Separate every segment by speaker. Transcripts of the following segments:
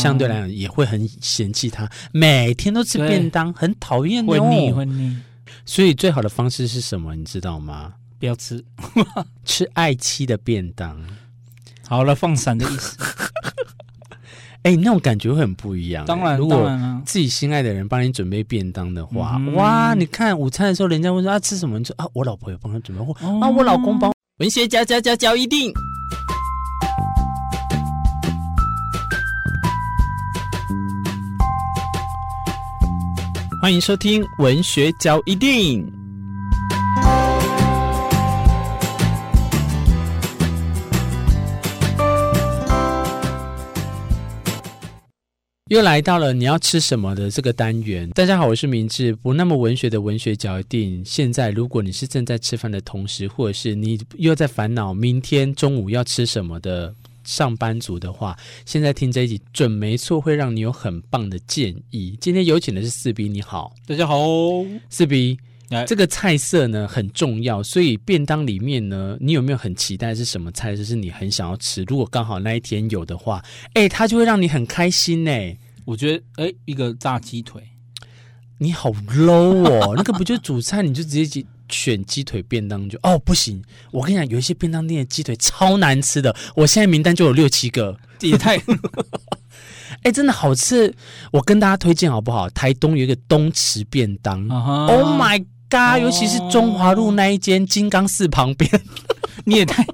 Speaker 1: 相
Speaker 2: 嗯
Speaker 1: 对来讲也会很嫌弃他，每天都吃便当，很讨厌
Speaker 2: 会腻
Speaker 1: 哦。
Speaker 2: 会腻，
Speaker 1: 所以最好的方式是什么？你知道吗？
Speaker 2: 不要吃。
Speaker 1: 吃爱妻的便当，
Speaker 2: 好了，放闪的意 思，
Speaker 1: 哎，那种感觉会很不一样。欸
Speaker 2: 当然
Speaker 1: 如
Speaker 2: 当
Speaker 1: 果
Speaker 2: 然啊，
Speaker 1: 自己心爱的人帮你准备便当的话，
Speaker 2: 嗯
Speaker 1: 哇，你看午餐的时候，人家问说啊吃什么，你说啊我老婆有帮他准备，或
Speaker 2: 哦
Speaker 1: 啊我老公帮。
Speaker 3: 文学家家家教一定。欢迎收听《文学交一定》。
Speaker 1: 又来到了你要吃什么的这个单元。大家好，我是明志，不那么文学的文学角一定。现在，如果你是正在吃饭的同时，或者是你又在烦恼明天中午要吃什么的上班族的话，现在听这一集准没错，会让你有很棒的建议。今天有请的是四 B，你好，
Speaker 2: 大家好，
Speaker 1: 四 B
Speaker 2: 来。
Speaker 1: 这个菜色呢很重要，所以便当里面呢，你有没有很期待是什么菜色是你很想要吃？如果刚好那一天有的话，哎，它就会让你很开心呢、
Speaker 2: 我觉得哎，一个炸鸡腿，
Speaker 1: 你好 low 哦，那 个不就主菜，你就直接选鸡腿便当就哦不行，我跟你讲，有一些便当店的鸡腿超难吃的，我现在名单就有六七个，
Speaker 2: 也 太嗯
Speaker 1: 哎，真的好吃，我跟大家推荐好不好？台东有一个东池便当、
Speaker 2: 啊哈
Speaker 1: o h Oh my god，尤其是中华路那一间金刚寺旁边，
Speaker 2: 你也太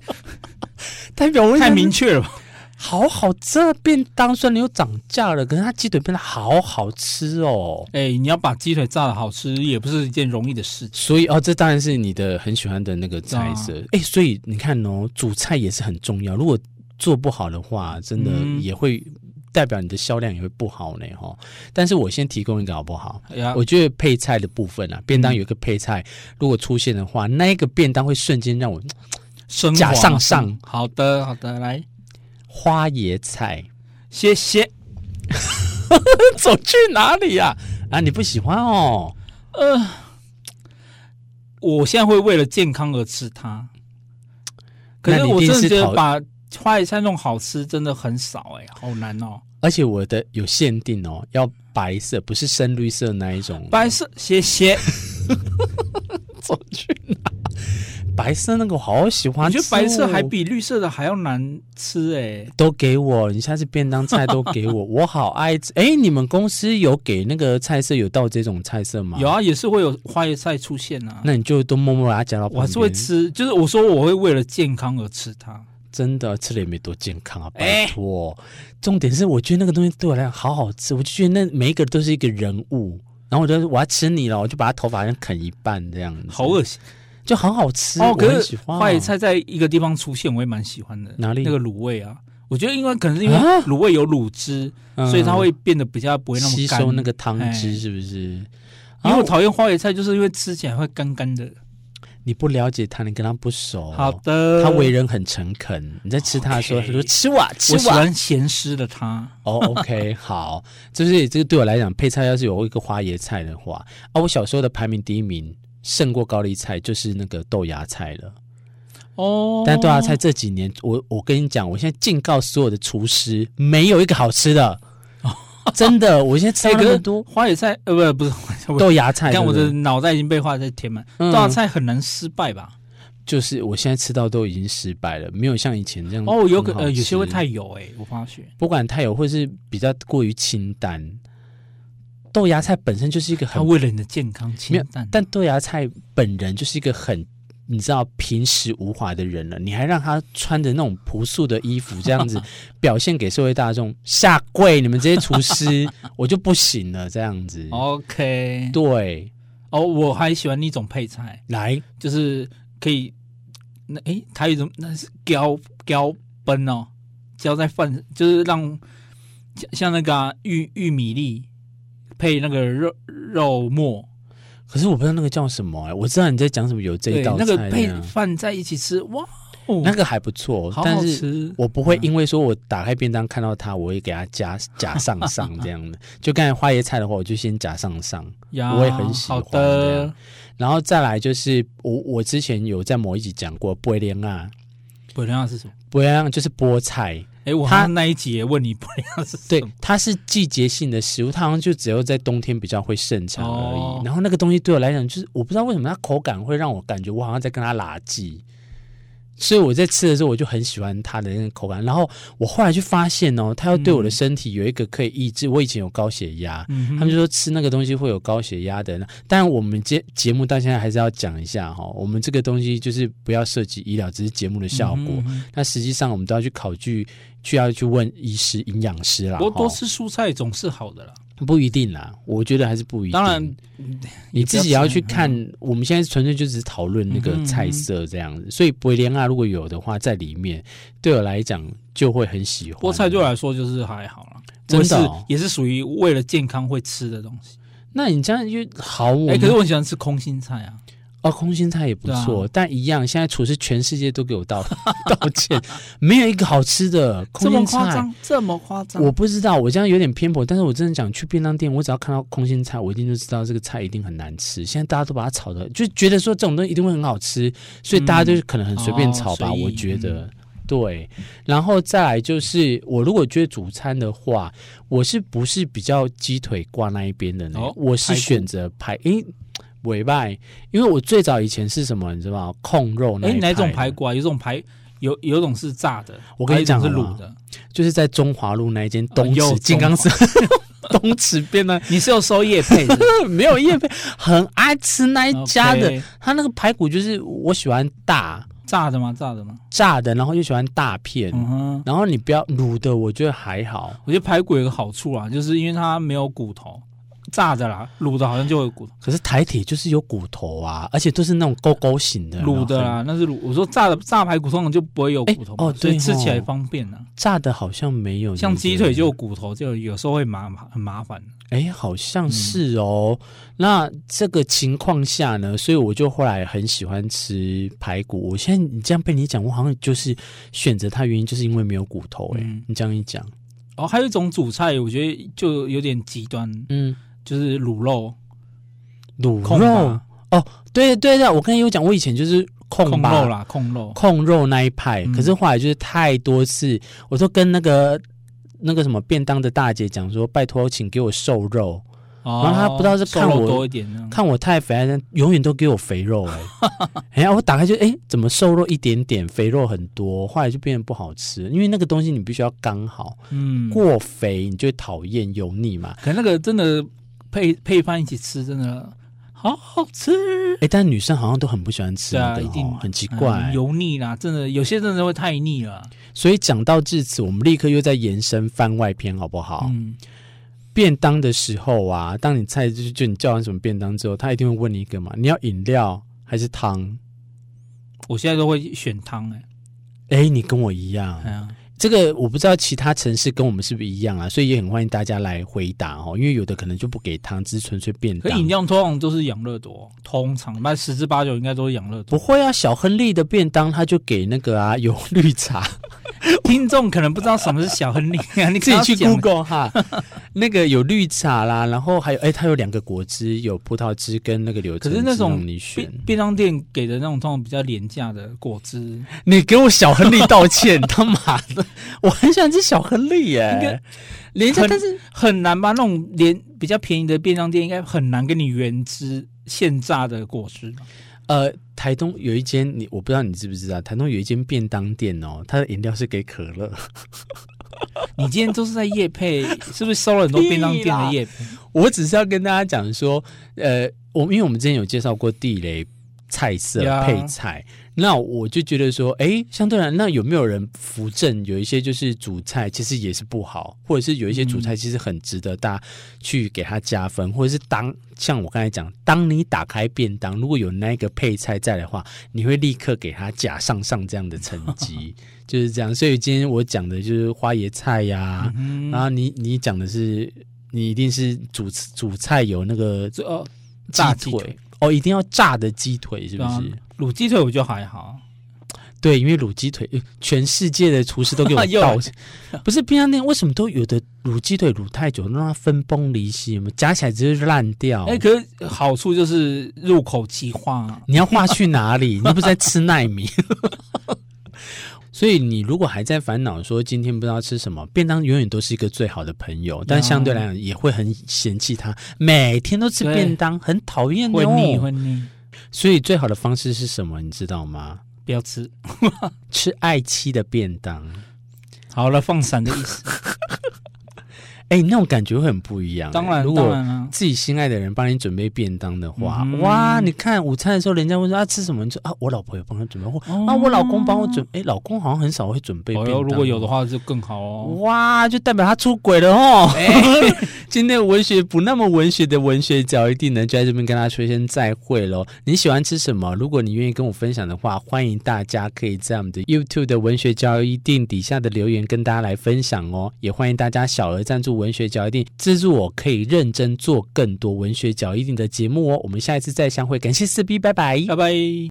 Speaker 1: 代表我
Speaker 2: 太明
Speaker 1: 明，
Speaker 2: 确了吧？
Speaker 1: 好好吃的便当，虽然又涨价了，可是它鸡腿便当好好吃哦。
Speaker 2: 哎，你要把鸡腿炸的好吃，也不是一件容易的事情。
Speaker 1: 所以哦，这当然是你的很喜欢的那个菜色。哎、所以你看哦，主菜也是很重要。如果做不好的话，真的
Speaker 2: 嗯
Speaker 1: 也会代表你的销量也会不好呢哈。但是我先提供一个好不好？
Speaker 2: 哎呀，
Speaker 1: 我觉得配菜的部分啊，便当有一个配菜，如果出现的话，那一个便当会瞬间让我嗯
Speaker 2: 升
Speaker 1: 假
Speaker 2: 华
Speaker 1: 上上
Speaker 2: 啊好的，好的，来，
Speaker 1: 花椰菜
Speaker 2: 谢谢。
Speaker 1: 走去哪里呀、啊？你不喜欢哦？
Speaker 2: 呃，我现在会为了健康而吃它，可是
Speaker 1: 那你一
Speaker 2: 我
Speaker 1: 定
Speaker 2: 真的
Speaker 1: 是
Speaker 2: 觉得
Speaker 1: 讨
Speaker 2: 把花椰菜弄好吃真的很少哎、好难哦。
Speaker 1: 而且我的有限定哦，要白色，不是深绿色那一种。
Speaker 2: 白色，谢谢。
Speaker 1: 走去哪？白色那个我好喜
Speaker 2: 我
Speaker 1: 欢吃
Speaker 2: 觉
Speaker 1: 哦、
Speaker 2: 得白色还比绿色的还要难吃哎、
Speaker 1: 都给我，你下次便当菜都给 我，我好爱吃。哎，你们公司有给那个菜色有到这种菜色吗？
Speaker 2: 有，啊，也是会有花椰菜出现啊。
Speaker 1: 那你就都默默把它夹到旁边。
Speaker 2: 我还是会，吃，就是我说我会为了健康而吃它。
Speaker 1: 真的吃了也没多健康啊，
Speaker 2: 哎
Speaker 1: 拜托。重点是我觉得那个东西对我来讲好好吃，我就觉得那每一个都是一个人物。然后我就我要吃你了，我就把它头发像啃一半这样子，
Speaker 2: 好恶心
Speaker 1: 就很好吃。
Speaker 2: 哦！
Speaker 1: 我很
Speaker 2: 可
Speaker 1: 喜
Speaker 2: 是
Speaker 1: 欢
Speaker 2: 花椰菜在一个地方出现，我也蛮喜欢的。
Speaker 1: 哪里
Speaker 2: 那个卤味啊，我觉得因为可能是因为
Speaker 1: 啊嗯
Speaker 2: 卤味有卤汁，所以它会变得比较不会那么
Speaker 1: 吸
Speaker 2: 干。
Speaker 1: 收那个汤
Speaker 2: 哎
Speaker 1: 汁，是不是？
Speaker 2: 因为我
Speaker 1: 啊
Speaker 2: 讨厌花椰菜，就是因为吃起来会干干的。
Speaker 1: 你不了解他，你跟他不熟。
Speaker 2: 好，的，
Speaker 1: 他为人很诚恳。你在吃他的时候，
Speaker 2: OK
Speaker 1: 他说吃我吃
Speaker 2: 我喜
Speaker 1: 我。
Speaker 2: 欢咸湿的它。
Speaker 1: 哦、o k 好，就是这个对我来讲，配菜要是有一个花椰菜的话，啊，我小时候的排名第一名胜过高丽菜，就是那个豆芽菜了。
Speaker 2: 哦，
Speaker 1: 但豆芽菜这几年，我我跟你讲，我现在警告所有的厨师，没有一个好吃 的，真的。我现在吃
Speaker 2: 哎
Speaker 1: 到
Speaker 2: 可
Speaker 1: 那
Speaker 2: 是
Speaker 1: 么多
Speaker 2: 花椰菜，呃，不，不是花椰菜，我
Speaker 1: 豆芽菜，
Speaker 2: 看我
Speaker 1: 对
Speaker 2: 的
Speaker 1: 不对
Speaker 2: 脑袋已经被花椰菜填满。
Speaker 1: 嗯
Speaker 2: 豆芽菜很难失败吧？
Speaker 1: 就是我现在吃到都已经失败了，没有像以前这样
Speaker 2: 哦，有可
Speaker 1: 嗯很好
Speaker 2: 呃，有些会
Speaker 1: 吃
Speaker 2: 太油哎，我发觉。
Speaker 1: 不管太油或是比较过于清淡，豆芽菜本身就是一个
Speaker 2: 它
Speaker 1: 很，
Speaker 2: 为了你的健康
Speaker 1: 没
Speaker 2: 清
Speaker 1: 有
Speaker 2: 淡，
Speaker 1: 但豆芽菜本人就是一个很。你知道平时无华的人了，你还让他穿着那种朴素的衣服这样 子表现给社会大众，下跪！你们这些厨师， 我就不行了，这样子。
Speaker 2: 哦 OK。
Speaker 1: 对，
Speaker 2: 哦，我还喜欢一种配菜，
Speaker 1: 来，
Speaker 2: 就是可以，那诶，它有一种那是胶胶崩哦，浇在饭，就是让像像那个啊、玉玉米粒配那个肉肉末，
Speaker 1: 可是我不知道那个叫什么、哎，我知道你在讲什么，有这一
Speaker 2: 对，
Speaker 1: 道
Speaker 2: 那
Speaker 1: 菜
Speaker 2: 个
Speaker 1: 这
Speaker 2: 配
Speaker 1: 样
Speaker 2: 饭在一起吃，哇哦，
Speaker 1: 那个还不错，
Speaker 2: 好
Speaker 1: 但
Speaker 2: 好
Speaker 1: 是
Speaker 2: 吃。哦
Speaker 1: 我不会因为说我打开便当看到它，我会给它加加上上这样的。就刚才花椰菜的话，我就先加上上，
Speaker 2: 呀
Speaker 1: 我也很喜欢
Speaker 2: 好的，
Speaker 1: 然后再来就是我我之前有在某一集讲过，波莲啊，
Speaker 2: 不知道是什么
Speaker 1: 波莲就是菠菜，
Speaker 2: 哎，我好
Speaker 1: 它
Speaker 2: 像那一集也问你不了是什
Speaker 1: 对
Speaker 2: 么，
Speaker 1: 它是季节性的食物，它好像就只有在冬天比较会盛产而已。
Speaker 2: 哦
Speaker 1: 然后那个东西对我来讲，就是我不知道为什么它口感会让我感觉我好像在跟它拉鸡，所以我在吃的时候我就很喜欢它的那个口感。然后我后来就发现哦，它要对我的
Speaker 2: 嗯
Speaker 1: 身体有一个可以抑制。我以前有高血压，
Speaker 2: 嗯哼，
Speaker 1: 他们就说吃那个东西会有高血压的。但我们节节目到现在还是要讲一下哈、我们这个东西就是不要涉及医疗，只是节目的效果。
Speaker 2: 嗯哼
Speaker 1: 那实际上我们都要去考据，去要去问医师、营养师啦。
Speaker 2: 不过多
Speaker 1: 齁
Speaker 2: 吃蔬菜总是好的啦。
Speaker 1: 不一定啦，我觉得还是不一定。
Speaker 2: 当然，
Speaker 1: 你自己也
Speaker 2: 也不要
Speaker 1: 要
Speaker 2: 吃
Speaker 1: 去看。我们现在纯粹就只是讨论那
Speaker 2: 嗯
Speaker 1: 个
Speaker 2: 哼
Speaker 1: 菜色这样子，所以博莲啊，如果有的话在里面，对我来讲就会很喜欢。
Speaker 2: 菠菜对我来说就是还好啦，
Speaker 1: 真的
Speaker 2: 是
Speaker 1: 哦
Speaker 2: 也是属于为了健康会吃的东西。
Speaker 1: 那你这样就好我们，
Speaker 2: 哎，可是我很喜欢吃空心菜啊。
Speaker 1: 哦，空心菜也不错，
Speaker 2: 对啊
Speaker 1: 但一样，现在厨师全世界都给我道道歉， 没有一个好吃的空
Speaker 2: 这么
Speaker 1: 心
Speaker 2: 夸
Speaker 1: 菜。
Speaker 2: 张，这么夸张！
Speaker 1: 我不知道，我这样有点偏颇，但是我真的讲去便当店，我只要看到空心菜，我一定就知道这个菜一定很难吃。现在大家都把它炒的，就觉得说这种东西一定会很好吃，所以大家就可能很随便炒吧，
Speaker 2: 哦随意
Speaker 1: 我觉得。对，然后再来就是我如果觉得主餐的话，我是不是比较鸡腿挂那一边的呢？
Speaker 2: 哦
Speaker 1: 我是
Speaker 2: 排骨
Speaker 1: 选择排，诶，尾拜，因为我最早以前是什么，你知道吗？控肉那
Speaker 2: 哎，
Speaker 1: 一
Speaker 2: 哪种
Speaker 1: 派的
Speaker 2: 排骨啊？有种排有有种是炸的，
Speaker 1: 我跟你讲
Speaker 2: 还有一种
Speaker 1: 好
Speaker 2: 是
Speaker 1: 吗
Speaker 2: 卤的。
Speaker 1: 就是在中华路那一间东
Speaker 2: 又
Speaker 1: 池金刚
Speaker 2: 中
Speaker 1: 寺，东池边的
Speaker 2: 你是要收叶配 的
Speaker 1: 没有叶配，很爱吃那一家的。
Speaker 2: OK
Speaker 1: 他那个排骨就是我喜欢大
Speaker 2: 炸的吗？炸的吗？
Speaker 1: 炸的，然后又喜欢大片，
Speaker 2: 嗯哼，
Speaker 1: 然后你不要卤的，我觉得还好。
Speaker 2: 我觉得排骨有个好处啊，就是因为它没有骨头，炸的啦，卤的好像就有骨头，
Speaker 1: 可是台铁就是有骨头啊，而且都是那种勾勾型的，
Speaker 2: 卤的啊
Speaker 1: 然后很
Speaker 2: 啦，那是卤。我说炸的炸排骨通常就不会有骨头嘛，
Speaker 1: 哎哦
Speaker 2: 所以
Speaker 1: 对哦
Speaker 2: 吃起来
Speaker 1: 吼
Speaker 2: 方便啊。
Speaker 1: 炸的好像没有那个，
Speaker 2: 像鸡腿就有骨头，就有时候会麻很麻烦。
Speaker 1: 哎，好像
Speaker 2: 嗯
Speaker 1: 是哦。那这个情况下呢，所以我就后来很喜欢吃排骨。我现在你这样被你讲，我好像就是选择它的原因就是因为没有骨头、哎、
Speaker 2: 嗯
Speaker 1: 你这样一讲，
Speaker 2: 哦，还有一种主菜，我觉得就有点极端，
Speaker 1: 嗯，
Speaker 2: 就是卤肉、
Speaker 1: 卤
Speaker 2: 控
Speaker 1: 肉
Speaker 2: 吧，
Speaker 1: 对对对，我刚才有讲，我以前就是控
Speaker 2: 控
Speaker 1: 吧
Speaker 2: 肉啦，控肉。
Speaker 1: 控肉那一派，
Speaker 2: 嗯
Speaker 1: 可是后来就是太多次，我都跟那个那个什么便当的大姐讲说，拜托，请给我瘦肉，
Speaker 2: 哦
Speaker 1: 然后他不知道是
Speaker 2: 瘦
Speaker 1: 看
Speaker 2: 肉
Speaker 1: 我
Speaker 2: 多一点啊呢。
Speaker 1: 看我太肥，还是永远都给我肥肉 哎、哎呀，我打开就哎、怎么瘦肉一点点，肥肉很多，后来就变得不好吃，因为那个东西你必须要刚好，
Speaker 2: 嗯，
Speaker 1: 过肥你就会讨厌油腻嘛。
Speaker 2: 可那个真的配配饭一起吃，真的好好吃。
Speaker 1: 哎、但女生好像都很不喜欢吃
Speaker 2: 对
Speaker 1: 那
Speaker 2: 啊
Speaker 1: 个，
Speaker 2: 一定
Speaker 1: 哦很奇
Speaker 2: 嗯
Speaker 1: 怪、
Speaker 2: 油腻啦，真的有些真的会太腻了。
Speaker 1: 所以讲到至此，我们立刻又在延伸番外篇，好不好？
Speaker 2: 嗯，
Speaker 1: 便当的时候啊，当你菜就就你叫完什么便当之后，他一定会问你一个嘛，你要饮料还是汤？
Speaker 2: 我现在都会选汤哎、
Speaker 1: 哎，你跟我一样，
Speaker 2: 哎呀，
Speaker 1: 这个我不知道其他城市跟我们是不是一样啊，所以也很欢迎大家来回答哦，因为有的可能就不给汤，只是纯粹便
Speaker 2: 可啊
Speaker 1: 当。
Speaker 2: 饮料通常都是养乐多，通常那十之八九应该都是养 乐
Speaker 1: 不
Speaker 2: 多。
Speaker 1: 会啊，小亨利的便当他就给那个啊 有绿茶，
Speaker 2: 听众可能不知道什么是小亨利啊，你
Speaker 1: 自
Speaker 2: 跟他
Speaker 1: 己去
Speaker 2: 讲
Speaker 1: Google 哈，那个有绿茶啦，然后还有哎，它有两个果汁，有葡萄汁跟那个柳橙汁，
Speaker 2: 可是那种
Speaker 1: 让你选
Speaker 2: 便，便当店给的那种通常比较廉价的果汁，应
Speaker 1: 你给我小亨利道歉，他妈的， 我很想吃小亨利耶
Speaker 2: 该，
Speaker 1: 廉价
Speaker 2: 很
Speaker 1: 但是
Speaker 2: 很难吧？那种廉比较便宜的便当店应该很难跟你原汁现榨的果汁 吧。
Speaker 1: 呃，台东有一间你我不知道你知不知道，台东有一间便当店哦，它的饮料是给可乐，
Speaker 2: 你今天都是在夜配，是不是收了很多便当店的夜配？
Speaker 1: 我只是要跟大家讲说，呃，我因为我们之前有介绍过地雷菜色
Speaker 2: 呀
Speaker 1: 配菜，那我就觉得说，哎，相对来，那有没有人扶正有一些就是主菜其实也是不好，或者是有一些
Speaker 2: 嗯
Speaker 1: 主菜其实很值得大家去给它加分，或者是当像我刚才讲，当你打开便当，如果有那个配菜在的话，你会立刻给它加上上这样的成 绩，就是这样。所以今天我讲的就是花椰菜呀、
Speaker 2: 嗯
Speaker 1: 然后你你讲的是，你一定是主主菜有那个
Speaker 2: 这哦，
Speaker 1: 鸡
Speaker 2: 炸
Speaker 1: 腿
Speaker 2: 鸡腿
Speaker 1: 哦，一定要炸的鸡腿是
Speaker 2: 对
Speaker 1: 不
Speaker 2: 啊
Speaker 1: 是？，
Speaker 2: 卤鸡腿我就还好，
Speaker 1: 对，因为卤鸡腿，呃全世界的厨师都给 我
Speaker 2: 又
Speaker 1: 道歉，不是便当店为什么都有的卤鸡腿卤太久，让它分崩离析，有没有夹起来直接烂掉。
Speaker 2: 哎、可是好处就是入口即化、啊。
Speaker 1: 你要画去哪里？你又不是在吃奈米。所以你如果还在烦恼说今天不知道吃什么，便当永远都是一个最好的朋友，但相对来讲也会很嫌弃他，每天都吃
Speaker 2: 对
Speaker 1: 便当，很讨厌
Speaker 2: 会腻
Speaker 1: 哦。
Speaker 2: 会腻，
Speaker 1: 所以最好的方式是什么？你知道吗？
Speaker 2: 不要吃。
Speaker 1: 吃爱妻的便当，
Speaker 2: 好了，放闪的意思，
Speaker 1: 哎，那种感觉会很不一样。
Speaker 2: 当然
Speaker 1: 如
Speaker 2: 当
Speaker 1: 果
Speaker 2: 然啊，
Speaker 1: 自己心爱的人帮你准备便当的话，
Speaker 2: 嗯
Speaker 1: 哇，你看午餐的时候，人家问说啊吃什么，你说啊我老婆有帮他准备，或、
Speaker 2: 哦
Speaker 1: 啊我老公帮我准备，哎老公好像很少会准备便
Speaker 2: 哦
Speaker 1: 当。
Speaker 2: 哟，如果有的话就更好哦。
Speaker 1: 哇，就代表他出轨了哦。 今天文学不那么文学的文学角一定能就在这边跟大家说一声再会喽。你喜欢吃什么？如果你愿意跟我分享的话，欢迎大家可以在我们的 YouTube 的文学角一定底下的留言跟大家来分享哦。也欢迎大家小额赞助文学角一定，资助我可以认真做更多文学角一定的节目哦。我们下一次再相会，感谢四 B，拜拜。
Speaker 2: 拜拜。